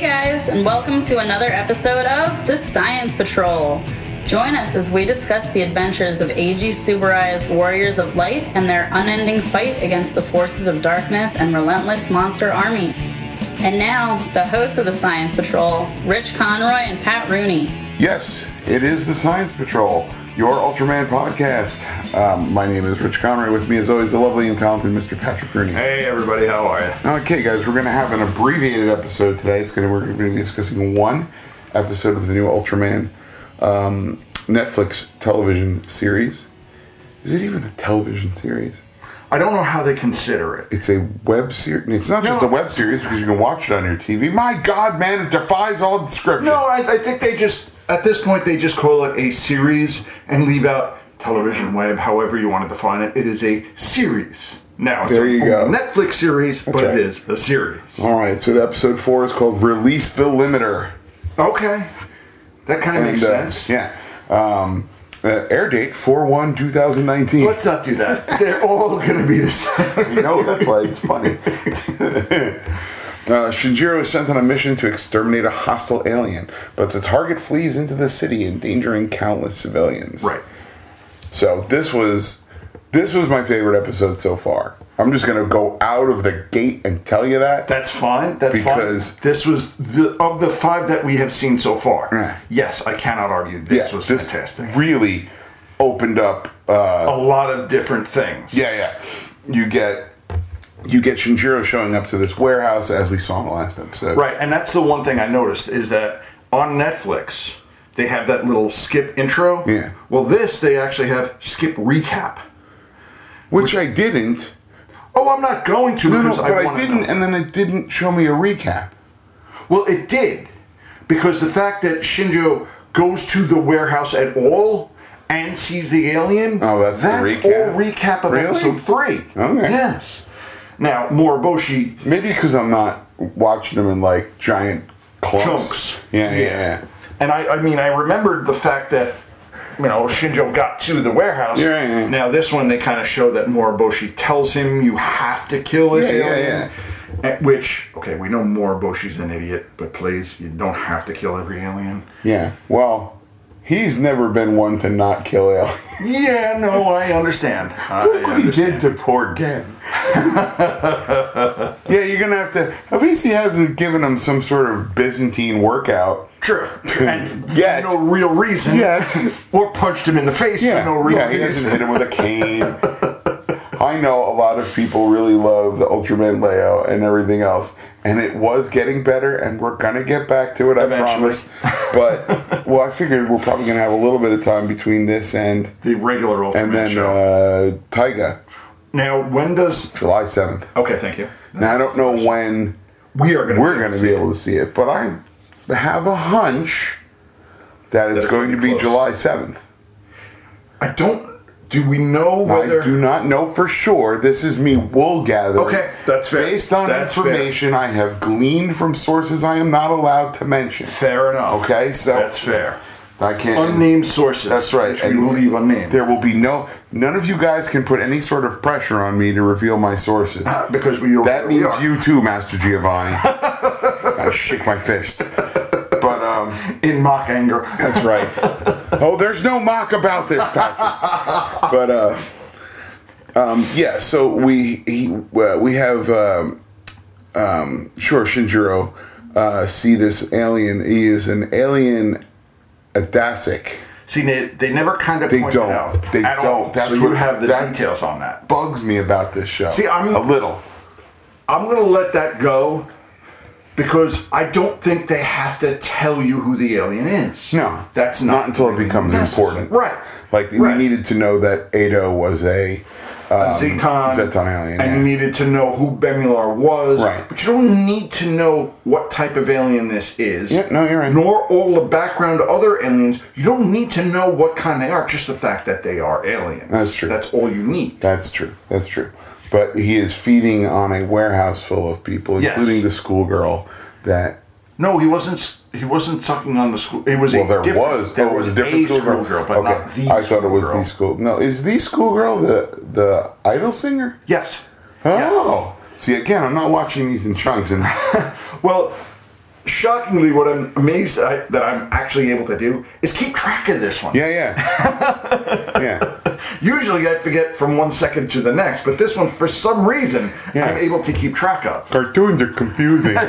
and welcome to another episode of The Science Patrol. Join us as we discuss the adventures of Eiji Tsuburai as warriors of light and their unending fight against the forces of darkness and relentless monster armies. And now, the hosts of The Science Patrol, Rich Conroy and Pat Rooney. Yes, it is the Science Patrol, your Ultraman podcast. Um, my name is Rich Conroy. With me, as always, the lovely and talented Mr. Patrick Rooney. Hey everybody, how are you? Okay, guys, we're going to have an abbreviated episode today. It's going to we're going to be discussing one episode of the new Ultraman um, Netflix television series. Is it even a television series? I don't know how they consider it. It's a web series. It's not just a web series because you can watch it on your TV. My God, man, it defies all description. No, I, I think they just at this point they just call it a series and leave out television web, however you want to define it. It is a series. Now it's There a you go. Netflix series, but right. it is a series. All right, so episode four is called "Release the Limiter." Okay. That kind of makes And, uh, sense. Yeah. Um, uh, air date 4 1 2019. Let's not do that. They're all gonna be the same. no, that's why it's funny. Uh, Shinjiro is sent on a mission to exterminate a hostile alien, but the target flees into the city, endangering countless civilians. Right. So this was this was my favorite episode so far. I'm just gonna go out of the gate and tell you that. That's fine. That's Because- fine. This was the of the five that we have seen so far. Right. Yes, I cannot argue. This Yeah, was fantastic. Really opened up uh, a lot of different things. Yeah, yeah. You get you get Shinjiro showing up to this warehouse as we saw in the last episode. Right, and that's the one thing I noticed is that on Netflix they have that little skip intro. Yeah. Well, this they actually have skip recap. Which I didn't. Oh, I'm not going to No, no, because but I, I, wanna didn't, know. and then it didn't show me a recap. Well, it did because the fact that Shinjo goes to the warehouse at all and sees the alien. Oh, that's the recap. all recap of Really? episode three. Okay. Yes. Now Moriboshi Maybe because I'm not watching them in like giant clumps. chunks. Yeah, yeah, yeah. And I, I mean, I remembered the fact that you know Shinjo got to the warehouse. Yeah, yeah, yeah. Now this one, they kind of show that Moriboshi tells him you have to kill this Yeah, yeah, alien. Eh, Which okay, we know Moriboshi's an idiot, but please, you don't have to kill every alien. Yeah. Well, he's never been one to not kill aliens. Yeah, no, I understand. I Look what he understand. did to poor Gen. yeah, you're gonna have to. At least he hasn't given him some sort of Byzantine workout. True, and Yet. for no real reason. Yet. or punched him in the face for no real yeah, he doesn't reason. hit him with a cane. I know a lot of people really love the Ultraman Leo and everything else, and it was getting better, and we're gonna get back to it, I Eventually. promise. But well, I figured we're probably gonna have a little bit of time between this and The regular old and then show. uh, Taiga, now, when does? July seventh. Okay, thank you. Now I don't know when We are going. we're gonna be able to see it, but I have a hunch that it's it's going gonna to be be close. July seventh. I don't. Do we know whether? I do not know for sure. This is me wool gathering. Okay, that's fair. Based on That's information I have gleaned from sources I am not allowed to mention. Fair enough. Okay, so that's fair. I can't. Unnamed sources. That's right. Which we will leave unnamed There will be no. None of you guys can put any sort of pressure on me to reveal my sources. because we are. That we means are. you too, Master Giovanni. I shake my fist. But um, in mock anger. that's right. oh, there's no mock about this, Patrick. but uh, um, yeah, so we he, uh, we have um, um, sure Shinjiro uh, see this alien. He is an alien, a Dasic. See, they, they never kind of They point don't. It out They at all. don't. That's so you what- have the that's- details on that. Bugs me about this show. See, I'm- a little. I'm going to let that go because I don't think they have to tell you who the alien is. No, that's not, not, until it really becomes necessary. important. Right. Like we Right. needed to know that Ado was a um, Zeton, Zeton alien, and yeah. you needed to know who Bemular was. Right. But you don't need to know what type of alien this is. Yeah, no, you're right. Nor all the background to other aliens. You don't need to know what kind they are. Just the fact that they are aliens. That's true. That's all you need. That's true. That's true. But he is feeding on a warehouse full of people, Yes. including the schoolgirl. That No, he wasn't. s- He wasn't sucking on the school. It was well, a there different- was there oh, it was was a different schoolgirl, schoolgirl, but not the. I thought it was schoolgirl. the school. No, is the schoolgirl the the idol singer? Yes. Yes. Oh, see, again, I'm not watching these in chunks, and Well, shockingly, what I'm amazed I, that I'm actually able to do is keep track of this one. Yeah, yeah. yeah. Usually I forget from one second to the next, but this one, for some reason, Yeah. I'm able to keep track of. Cartoons are confusing. Uh,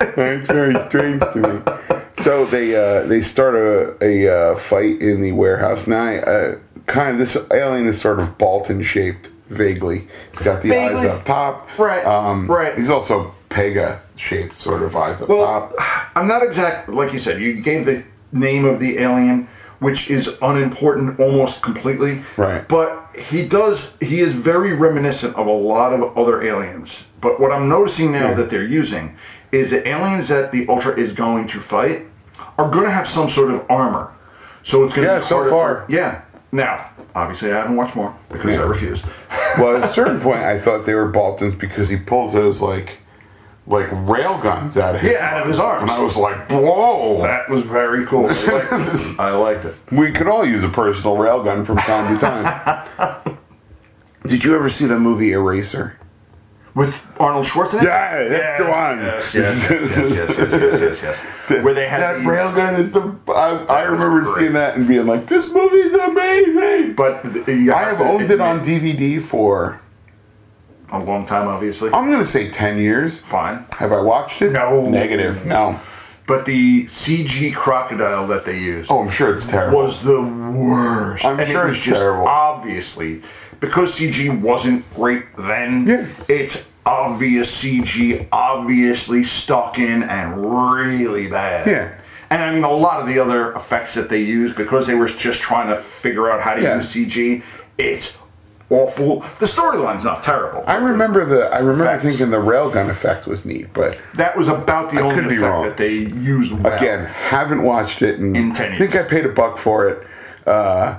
it's very strange to me. So they uh, they start a, a uh, fight in the warehouse. Now, I, uh, kind of this alien is sort of Balton shaped, vaguely. He's got the eyes Vaguely. up top. Right, Um, right. He's also Pega shaped, sort of eyes up Well, top. I'm not exact. Like you said, you gave the name of the alien, which is unimportant almost completely. Right. But he does. He is very reminiscent of a lot of other aliens. But what I'm noticing now that they're using is the aliens that the Ultra is going to fight are going to have some sort of armor. So it's going to Yeah, be so harder far. For, yeah. Now, obviously, I haven't watched more because I refuse. well, at a certain point, I thought they were Baltons because he pulls those like like rail guns out of his Yeah, out of his arms. and I was like, whoa. That was very cool. I liked it. I liked it. we could all use a personal railgun from time to time. Did you ever see the movie Eraser? With Arnold Schwarzenegger? Yeah, that's the one. Yes, yes, yes, yes, yes, yes, yes, yes, yes. Where they had that the- railgun is the. I, I was remember great. seeing that and being like, "This movie's amazing." But th- you I have to owned it on admit, DVD for a long time, obviously. I'm gonna say ten years. Fine. Have I watched it? No. Negative. No. But the CG crocodile that they used Oh, I'm sure it's terrible. was the worst. I'm and sure it was it's just terrible. obviously because CG wasn't great then. Yeah. It's obvious CG, obviously stuck in and really bad. Yeah. And I mean, a lot of the other effects that they used because they were just trying to figure out how to Yeah. use CG. It's awful. The storyline's not terrible. I remember the. I remember Facts. thinking the railgun effect was neat, but that was about the only could be effect wrong. that they used. Well. again, haven't watched it and In 10 I think I years. paid a buck for it. Uh,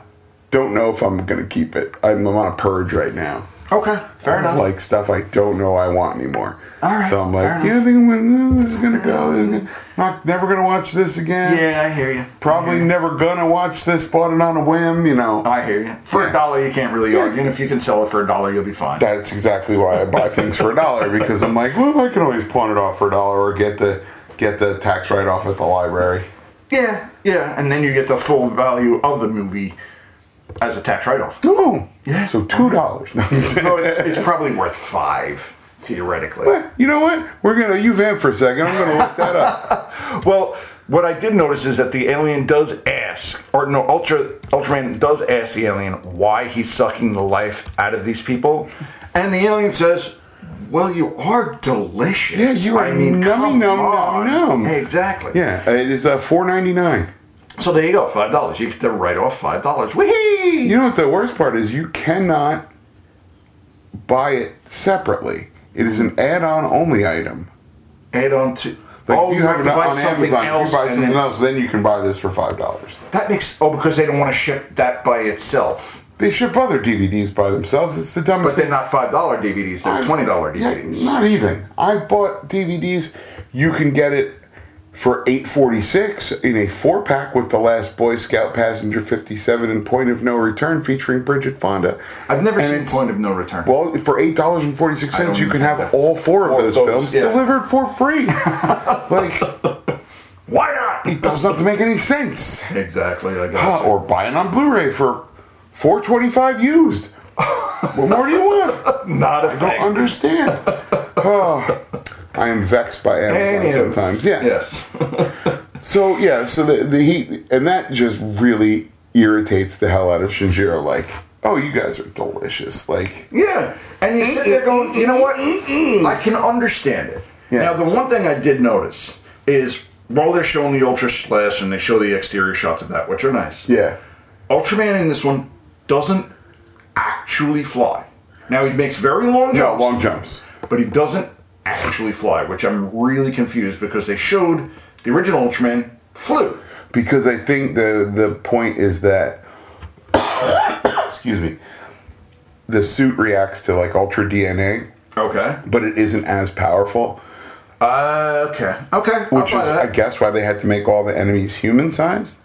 don't know if I'm gonna keep it. I'm, I'm on a purge right now. Okay, fair of, enough. Oh, Like stuff I don't know I want anymore. All right, So I'm fair like, enough. yeah, I think when this is gonna go, this is gonna- not never gonna watch this again. yeah, I hear you. Probably never gonna watch this. Bought it on a whim, you know. I hear you. For Yeah. a dollar, you can't really argue, and if you can sell it for a dollar, you'll be fine. That's exactly why I buy things for a dollar because I'm like, well, I can always pawn it off for a dollar or get the get the tax write off at the library. yeah, yeah, and then you get the full value of the movie as a tax write-off. No. Yeah. So two dollars. so it's, it's probably worth five theoretically. you know what? We're gonna you vamp for a second. I'm gonna look that up. Well, what I did notice is that the alien does ask, or no, Ultra Ultraman does ask the alien why he's sucking the life out of these people, and the alien says, "Well, you are Yeah, delicious. you are nummy, come num, on." num, num. Exactly. Yeah, it is uh, four ninety nine. So there you go, five dollars. You get to write off five dollars. Wee! You know what the worst part is? You cannot buy it separately. It is an add-on only item. Add on to. Like oh, if you have it to buy on something Amazon, if else. you buy and something then- else, then you can buy this for five dollars. That makes oh because they don't want to ship that by itself. They ship other DVDs by themselves. It's the dumbest But thing. they're not five dollar DVDs. They're twenty dollar Yeah, DVDs. not even. I've bought DVDs. You can get it for eight forty six in a four pack with the last Boy Scout Passenger fifty seven and Point of No Return featuring Bridget Fonda. I've never And seen it's- Point of No Return. Well, for eight dollars and forty six I don't cents, you can even have think that- all four of All those, those, films yeah. delivered for free. like Why not? it does not make any sense. Exactly. I Uh, got or buy it on Blu-ray for four twenty five used. what more do you want? you. Not a don't thing. understand. oh, I am vexed by Amazon Anywho. sometimes. Yeah. Yes. So yeah, so the, the heat and that just really irritates the hell out of Shinjiro. Like, oh, you guys are delicious. Like, Yeah. And you sit there going, you know what? I can understand it. Yeah. Now, the one thing I did notice is while they're showing the Ultra Slash and they show the exterior shots of that, which are nice, yeah, Ultraman in this one doesn't actually fly. Now, he makes very long no jumps, long jumps. but he doesn't actually fly, which I'm really confused because they showed the original Ultraman flew. because I think the the point is that excuse me, the suit reacts to like ultra DNA, Okay. but it isn't as powerful, Uh, okay. Okay. I'll which is buy that. I guess why they had to make all the enemies human sized.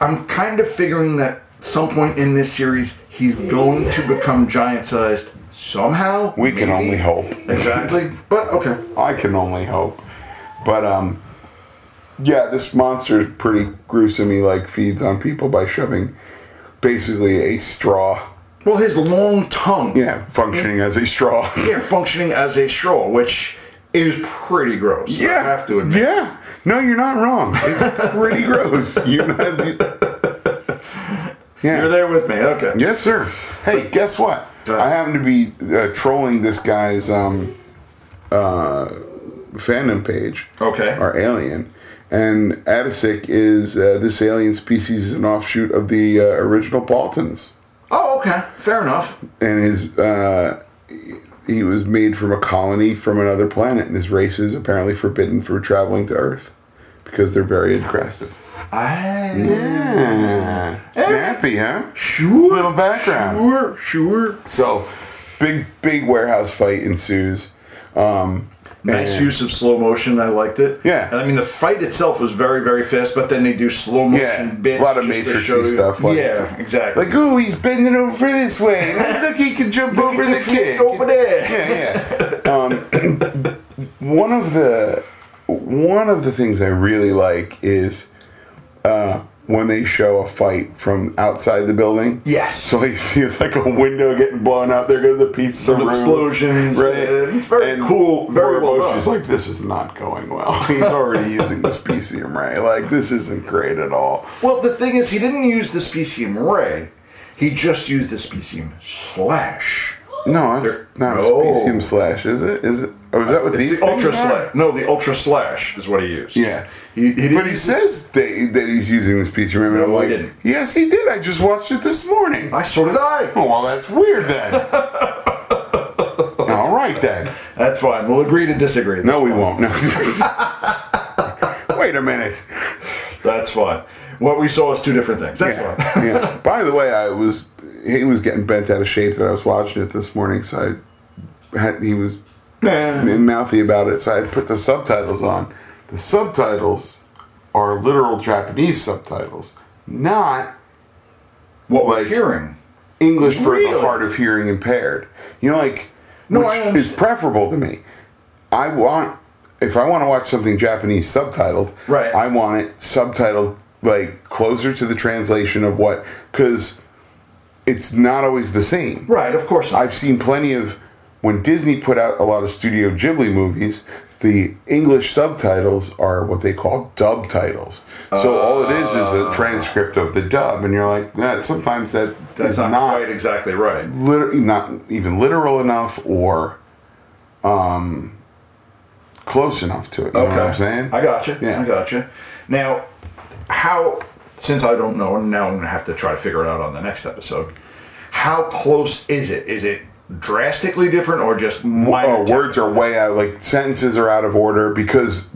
I'm kind of figuring that some point in this series he's going to become giant sized somehow. We can only hope. Exactly. But okay. I can only hope. But um, yeah, this monster is pretty gruesome. He like feeds on people by shoving basically a straw. Well, his long tongue, Yeah, functioning as a straw. yeah, functioning as a straw, which is pretty gross. I have to admit. Yeah. No, you're not wrong. It's pretty gross. You're not. Yeah. You're there with me, okay? Yes, sir. Hey, guess what? Uh, I happen to be uh, trolling this guy's um, uh, fandom page. Okay. Our alien. And Atasic is uh, this alien species is an offshoot of the uh, original Baltans. Oh, okay, fair enough. And his uh, he was made from a colony from another planet, and his race is apparently forbidden from traveling to Earth because they're very aggressive. I Yeah. Snappy, huh? sure. Little background. Sure, sure. So, big big warehouse fight ensues. Um, Nice and- use of slow motion. I liked it. Yeah. And I mean, the fight itself was very, very fast, but then they do slow motion Yeah, bits. a lot of just to Matrixy show you- stuff, like- yeah, exactly. Like, ooh, he's bending over this way. Look, he can jump over at the the feet kick. over there. Yeah, yeah. um, one of the one of the things I really like is uh, when they show a fight from outside the building. Yes. So you see, it's like a window getting blown up. There goes a piece of Some roof, explosions, Right. and it's very cool, very well Moriboshi's done. like, this is not going well. He's already using the specium ray. Like, this isn't great at all. Well, the thing is, he didn't use the specium ray. He just used the specium slash. No, it's They're- not a No. specium slash, is it? Is it? Or is that what It's these the ultra things are? slash. No, the ultra slash is what he used. Yeah. He, he didn't But he use says that, that he's using the specium ray, and I'm he like, didn't. yes, he did. I just watched it this morning. the- I so did I. Oh, well, that's weird then. all right then. That's fine. We'll agree to disagree. That's No, we fine. won't. No. Wait a minute. That's fine. What we saw is two different things. That's fine. yeah. By the way, I was he was getting bent out of shape that I was watching it this morning, so I had he was Nah. mouthy about it, so I put the subtitles on. The subtitles are literal Japanese subtitles, not What we're Like- hearing. English for the Really? hard of hearing impaired. You know, like No, I which understand. is preferable to me. I want if I want to watch something Japanese subtitled, Right. I want it subtitled like closer to the translation of what because it's not always the same. Right, of course. not. I've seen plenty of when Disney put out a lot of Studio Ghibli movies. The English subtitles are what they call dub titles. So all it is is Uh. a transcript of the dub, and you're like, nah, sometimes that That's is not, not quite exactly right. liter- not even literal enough or um, close enough to it. You know what I'm saying? I got you. Yeah. I got you. Now, how? Since I don't know, and now I'm gonna have to try to figure it out on the next episode. How close is it? Is it drastically different, or just minor? Oh, di- words are way out. Like sentences are out of order because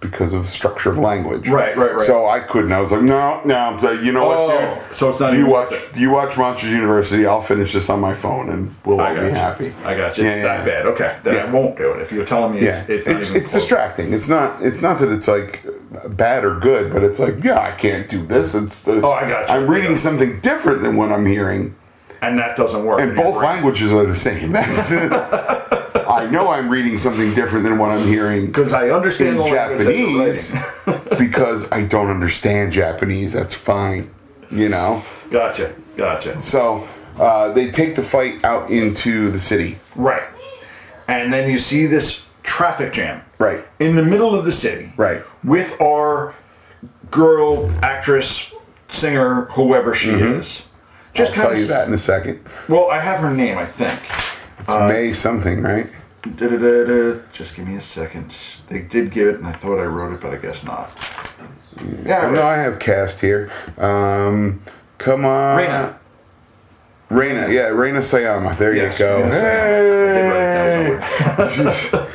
because of the structure of language. Right, right, right. So I couldn't. I was like, no, no. I'm like, you know Oh, what, dude? so it's not you even watch. worth You watch Monsters University. I'll finish this on my phone, and we'll all I be got you. happy. I got you. Yeah, it's yeah. that bad. Okay, then I Yeah. won't do it. If you're telling me Yeah, it's, it's not even close. distracting. It's not. It's not that it's like bad or good, but it's like, yeah, I can't do this. It's the, Oh, I got you. I'm I reading got you. something different than what I'm hearing, and that doesn't work. and in your both brain. languages are the same. That's, I know I'm reading something different than what I'm hearing because I understand in the language that you're Japanese writing. because I don't understand Japanese. That's fine, you know. Gotcha, gotcha. So uh, they take the fight out into the city, Right, and then you see this traffic jam. right? in the middle of the city, Right. with our girl, actress, singer, whoever she is. Just Mm-hmm. I'll kind tell of you that in a second. Well, I have her name, I think. It's Uh, May something, right? Da-da-da-da. Just give me a second. They did give it, and I thought I wrote it, but I guess not. Yeah, I wrote No, it. I have cast here. Um, come on. Raina. Raina, yeah, Raina Sayama. There Yes, you go. Raina Hey. Sayama. I did write it down somewhere.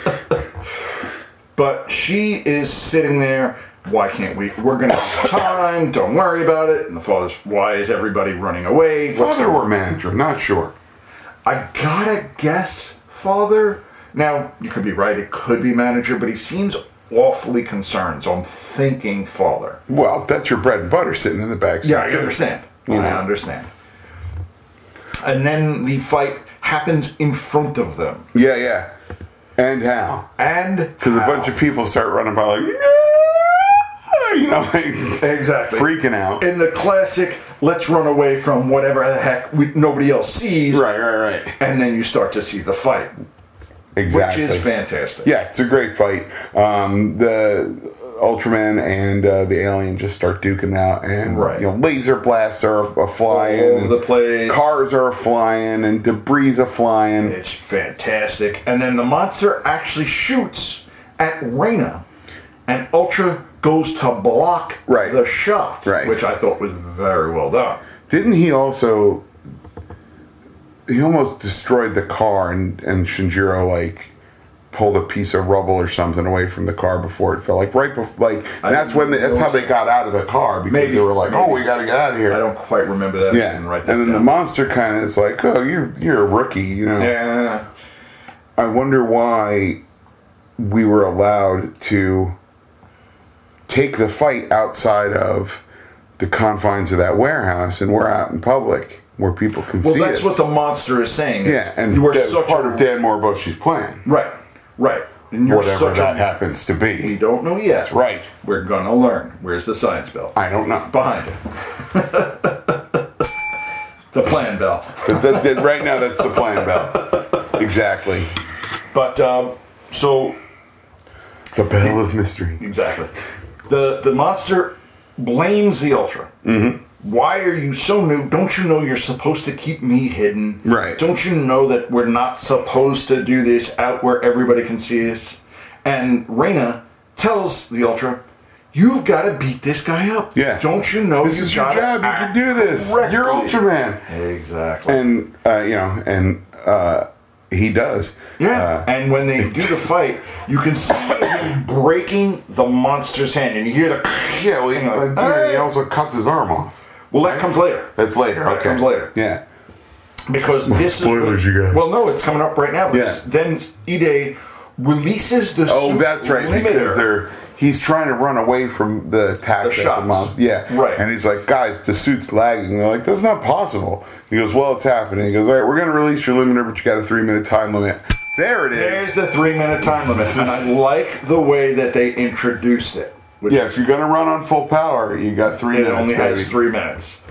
but she is sitting there. Why can't we? We're gonna have time. Don't worry about it. And the father's, why is everybody running away? What's Father going or manager, not sure. I gotta guess, father. Now, you could be right, it could be manager, but he seems awfully concerned, so I'm thinking father. Well, that's your bread and butter sitting in the back seat. Yeah, I understand. You I know. understand. And then the fight happens in front of them. Yeah, yeah. and how? And Because a how. bunch of people start running by like, you know, like, Exactly. freaking out. in the classic, let's run away from whatever the heck we, nobody else sees, right, right, right. and then you start to see the fight, Exactly. which is fantastic. Yeah, it's a great fight. Um, the Ultraman and uh, the alien just start duking out, and Right. you know, laser blasts are, are flying, All over and the place. cars are flying, and debris are flying. It's fantastic. And then the monster actually shoots at Reyna, and Ultra goes to block Right. the shot, Right. which I thought was very well done. Didn't he also? He almost destroyed the car, and and Shinjiro like pulled a piece of rubble or something away from the car before it fell. Like right before, like I that's didn't when they, that's how they got out of the car because Maybe. they were like, "Oh, Maybe. we got to get out of here." I don't quite remember that. I Yeah, didn't write that and then the down. monster kind of is like, "Oh, you're you're a rookie," you know. yeah. I wonder why we were allowed to take the fight outside of the confines of that warehouse, and we're out in public where people can Well, see that's us. what the monster is saying. is yeah, and you are that was such part a, of Dan Morbush's plan, Right, right. And you're whatever such that a, happens to We be. don't know yet. That's right. We're gonna learn. Where's the science bell? I don't know. Behind it. the plan bell. But that's it. Right now, that's the plan, Bell. Exactly. But um, so The Bell of Mystery. exactly, the the monster blames the ultra. Mm-hmm. Why are you so new? Don't you know you're supposed to keep me hidden? Right. Don't you know that we're not supposed to do this out where everybody can see us? And Reyna tells the ultra. You've got to beat this guy up. Yeah. Don't you know This you've is your gotta job. You act can do this. You're correctly? Ultraman. Exactly. and uh, you know, and uh, he does. Uh, yeah. and when they do the fight, you can see him breaking the monster's hand, and you hear the. Yeah, well, he, And you're like, but, you know, he "Ah." also cuts his arm off. Well, that comes later. That's later. That okay, comes later. Yeah, Because this spoilers is. you got? Well, no, it's coming up right now. Because Yeah. Then Ide releases the. Oh, super that's right. Because they're he's trying to run away from the attack. The that the shots. monster- Yeah. Right. And he's like, guys, the suit's lagging. They're like, that's not possible. He goes, well, it's happening. He goes, all right, we're gonna release your limiter, but you got a three minute time limit. There it There's is. the three minute time limit, and I like the way that they introduced it. Which yeah, if you're gonna run on full power, you got three It minutes. only baby. has three minutes.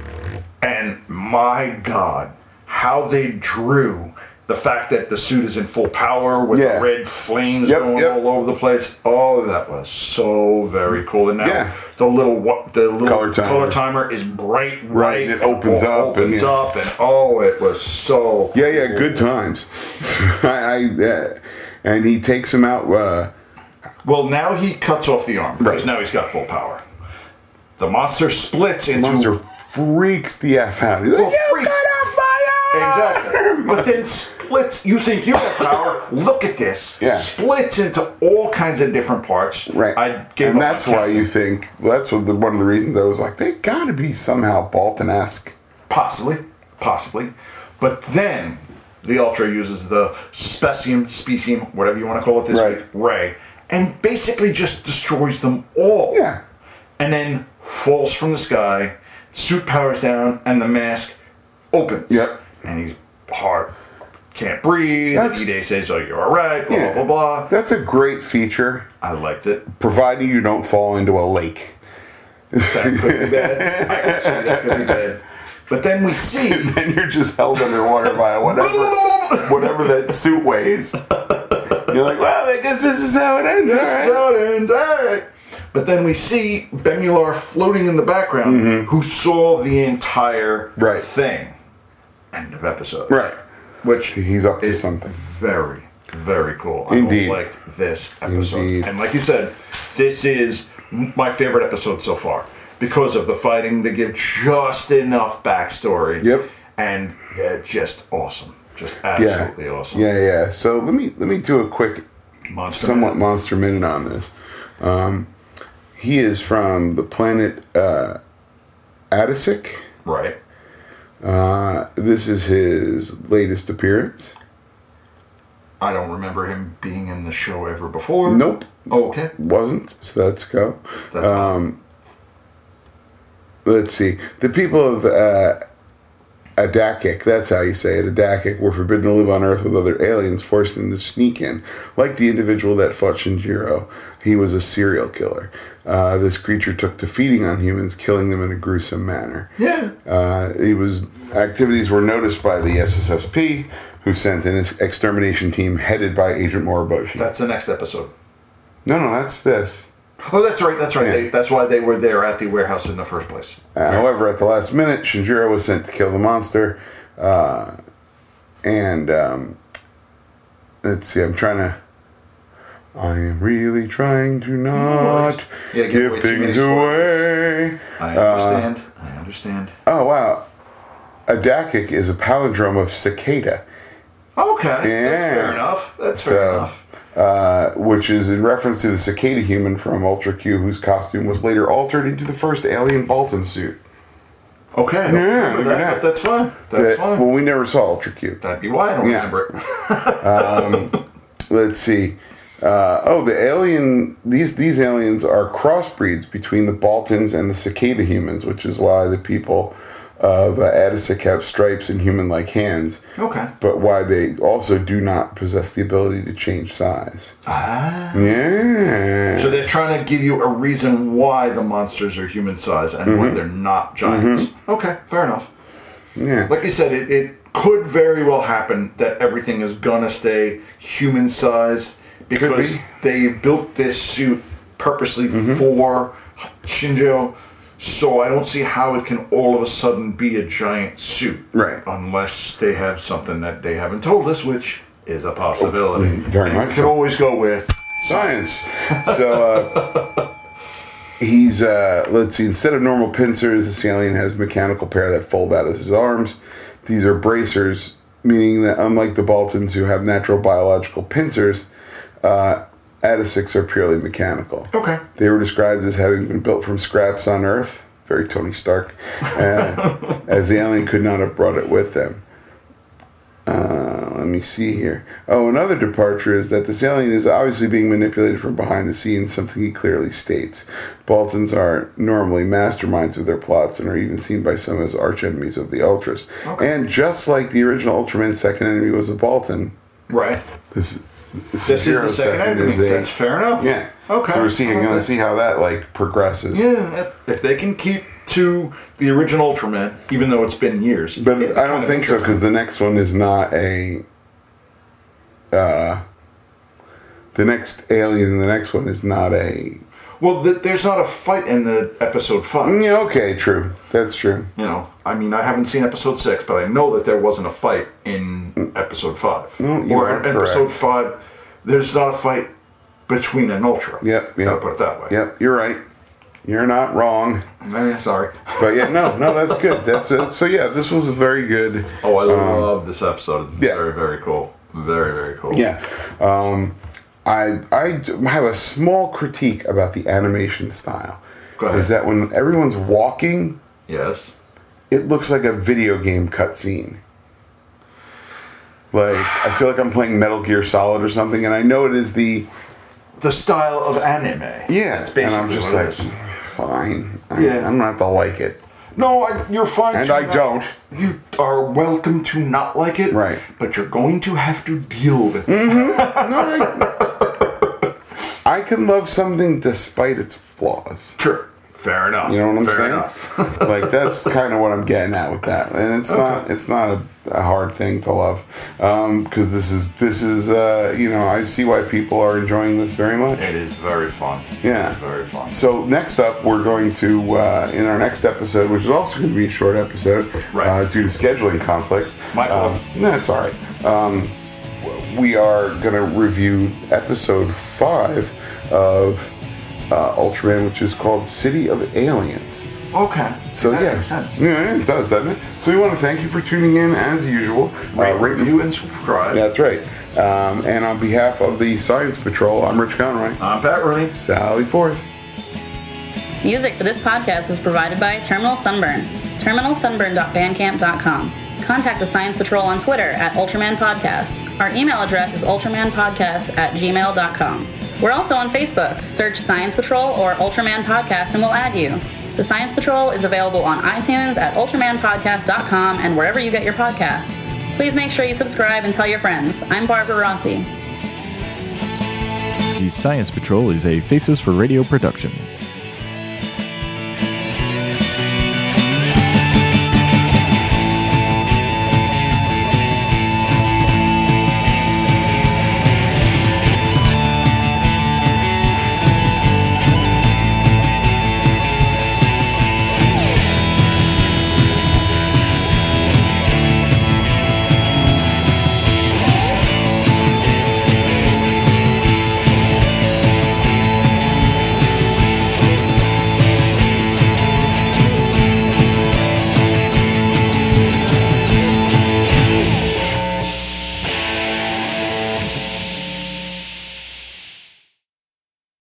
And my God, how they drew the fact that the suit is in full power with Yeah. the red flames Yep, going yep. all over the place. Oh, that was so very cool. And now Yeah. the little what the little Color timer. color timer, is bright white. Right, and it opens all up and opens yeah. up, and oh, it was so. Yeah, yeah, good times. I, I uh, and he takes him out. Uh, Well, now he cuts off the arm because Right. now he's got full power. The monster splits into monster freaks the f out. He's like, Well, "You Oh, freaks- got a fire!" Exactly. But then splits. You think you have power? Look at this. Yeah. Splits into all kinds of different parts. Right. I give and that's why you think that's what the, one of the reasons I was like, they got to be somehow Bolton-esque. possibly, possibly. But then the Ultra uses the specium, specium, whatever you want to call it this Right. week, ray, and basically just destroys them all. Yeah. And then falls from the sky. Suit powers down, and the mask opens. Yep. And he's hard. Can't breathe. That's- That's, E-Day says, "Oh, you're all right." Blah Yeah. blah blah blah. That's a great feature, I liked it. providing you don't fall into a lake. That could be bad. I can see that could be bad. But then we see. And you're just held underwater by whatever, whatever that suit weighs. You're like, wow, I guess this is how it ends. all right." Yes, Jordan, hey. But then we see Bemular floating in the background, who saw the entire Mm-hmm. Right. thing. End of episode. Right. Which He's up to is something. Very, very cool. Indeed. I liked this episode. Indeed. And like you said, this is m- my favorite episode so far because of the fighting. They give just enough backstory. Yep. And uh, just awesome. Just absolutely awesome. Yeah, yeah. So let me let me do a quick, Monster. somewhat Man. monster minute on this. Um, he is from the planet uh, Adisic. Right. Uh, this is his latest appearance. I don't remember him being in the show ever before. Nope, Okay. wasn't. So let's go. That's Um, Let's see. The people of uh, Adakic, that's how you say it, Adakic, were forbidden to live on Earth with other aliens, forcing them to sneak in. Like the individual that fought Shinjiro, he was a serial killer. Uh, this creature took to feeding on humans, killing them in a gruesome manner. Yeah. Uh, he was activities were noticed by the SSSP, who sent an ex- extermination team headed by Agent Moriboshi. That's the next episode. no, no, that's this. Oh, that's right. That's right. Yeah. They, that's why they were there at the warehouse in the first place. Uh, however, at the last minute, Shinjiro was sent to kill the monster. Uh, and um, let's see, I'm trying to. I am really trying to not Yeah, give give away too many things away. I understand. I understand. Oh, wow. Adakic is a palindrome of cicada. Oh, Okay. That's yeah. fair enough. That's fair enough. Uh, which is in reference to the cicada human from Ultra Q, whose costume was later altered into the first alien Balton suit. Okay. I don't Yeah, remember look that, at that. but that's fine. That's That- Well, fine. we never saw Ultra Q. That'd be why I don't Yeah. remember it. Let's see. Uh, oh, the alien. These these aliens are crossbreeds between the Baltans and the cicada humans, which is why the people of uh, Attic have stripes and human-like hands, Okay. but why they also do not possess the ability to change size. Ah. Yeah. So they're trying to give you a reason why the monsters are human size and Mm-hmm. why they're not giants. Okay, fair enough. yeah. Like you said, it, it could very well happen that everything is gonna stay human sized because be. Mm-hmm. they built this suit purposely for Shinjo. So I don't see how it can all of a sudden be a giant suit, Right. Unless they have something that they haven't told us, which is a possibility. Oh, very And much We could so. always go with science. So uh, he's uh, let's see. Instead of normal pincers, this alien has a mechanical pair that fold out as his arms. These are bracers, meaning that unlike the Baltans who have natural biological pincers, uh, Attasics are purely mechanical. okay. They were described as having been built from scraps on Earth, very Tony Stark, uh, as the alien could not have brought it with them. Uh, let me see here. Oh, another departure is that this alien is obviously being manipulated from behind the scenes, something he clearly states. Baltons are normally masterminds of their plots and are even seen by some as arch enemies of the Ultras. And just like the original Ultraman's second enemy was a Balton, Right. this, this, This is the Zero's second enemy. is a- That's fair enough. yeah. Okay. So we're seeing Okay. going to see how that like progresses. Yeah, if- if they can keep to the original Ultraman, even though it's been years. But it's I kind don't of think so interesting. because the next one is not a. Uh, the next alien in the next one is not a. Well, th- there's not a fight in the episode five. Yeah, okay, true. That's true. You know, I mean, I haven't seen episode six, but I know that there wasn't a fight in episode five. Mm. you or are in episode correct. five, there's not a fight between an Ultra. Yep, yep. Gotta put it that way. Yep, you're right. You're not wrong. Eh, sorry. But yeah, no, no, that's good. That's it. So yeah, this was a very good. Oh, I love this episode. Um, yeah. Very, very cool. Very, very cool. Yeah. Um, I, I d- have a small critique about the animation style. Go ahead. Is that when everyone's walking, Yes. it looks like a video game cutscene. Like I feel like I'm playing Metal Gear Solid or something, and I know it is the The style of anime. yeah. That's basically and I'm just what like, it is. fine. I- Yeah. I'm not to like it, No, I, you're fine. and to I not- don't. You are welcome to not like it. Right. Mm-hmm. But you're going to have to deal with it. I can love something despite its flaws. Sure. Fair enough. You know what I'm Fair saying? Enough. like that's kind of what I'm getting at with that, and it's not it's not a, a hard thing to love, because this is this is uh, you know I see why people are enjoying this very much. It is very fun. Yeah. It is very fun. So next up, we're going to uh, in our next episode, which is also going to be a short episode, Right. uh, due to scheduling conflicts. My fault. Um, no, it's all right. Um, we are going to review episode five of uh, Ultraman, which is called City of Aliens. Okay. So that yeah, makes sense. yeah, it does, doesn't it? So we want to thank you for tuning in as usual. Uh, Rate, rate- review, and subscribe. That's right. Um, and on behalf of the Science Patrol, I'm Rich Conroy. I'm Uh, Pat Rooney. Sally Forth. Music for this podcast was provided by Terminal Sunburn. TerminalSunburn.bandcamp.com. Contact the Science Patrol on Twitter at Ultraman Podcast. Our email address is ultramanpodcast at gmail.com. We're also on Facebook. Search Science Patrol or Ultraman Podcast and we'll add you. The Science Patrol is available on iTunes at ultramanpodcast.com and wherever you get your podcasts. Please make sure you subscribe and tell your friends. I'm Barbara Rossi. The Science Patrol is a Faces for Radio production.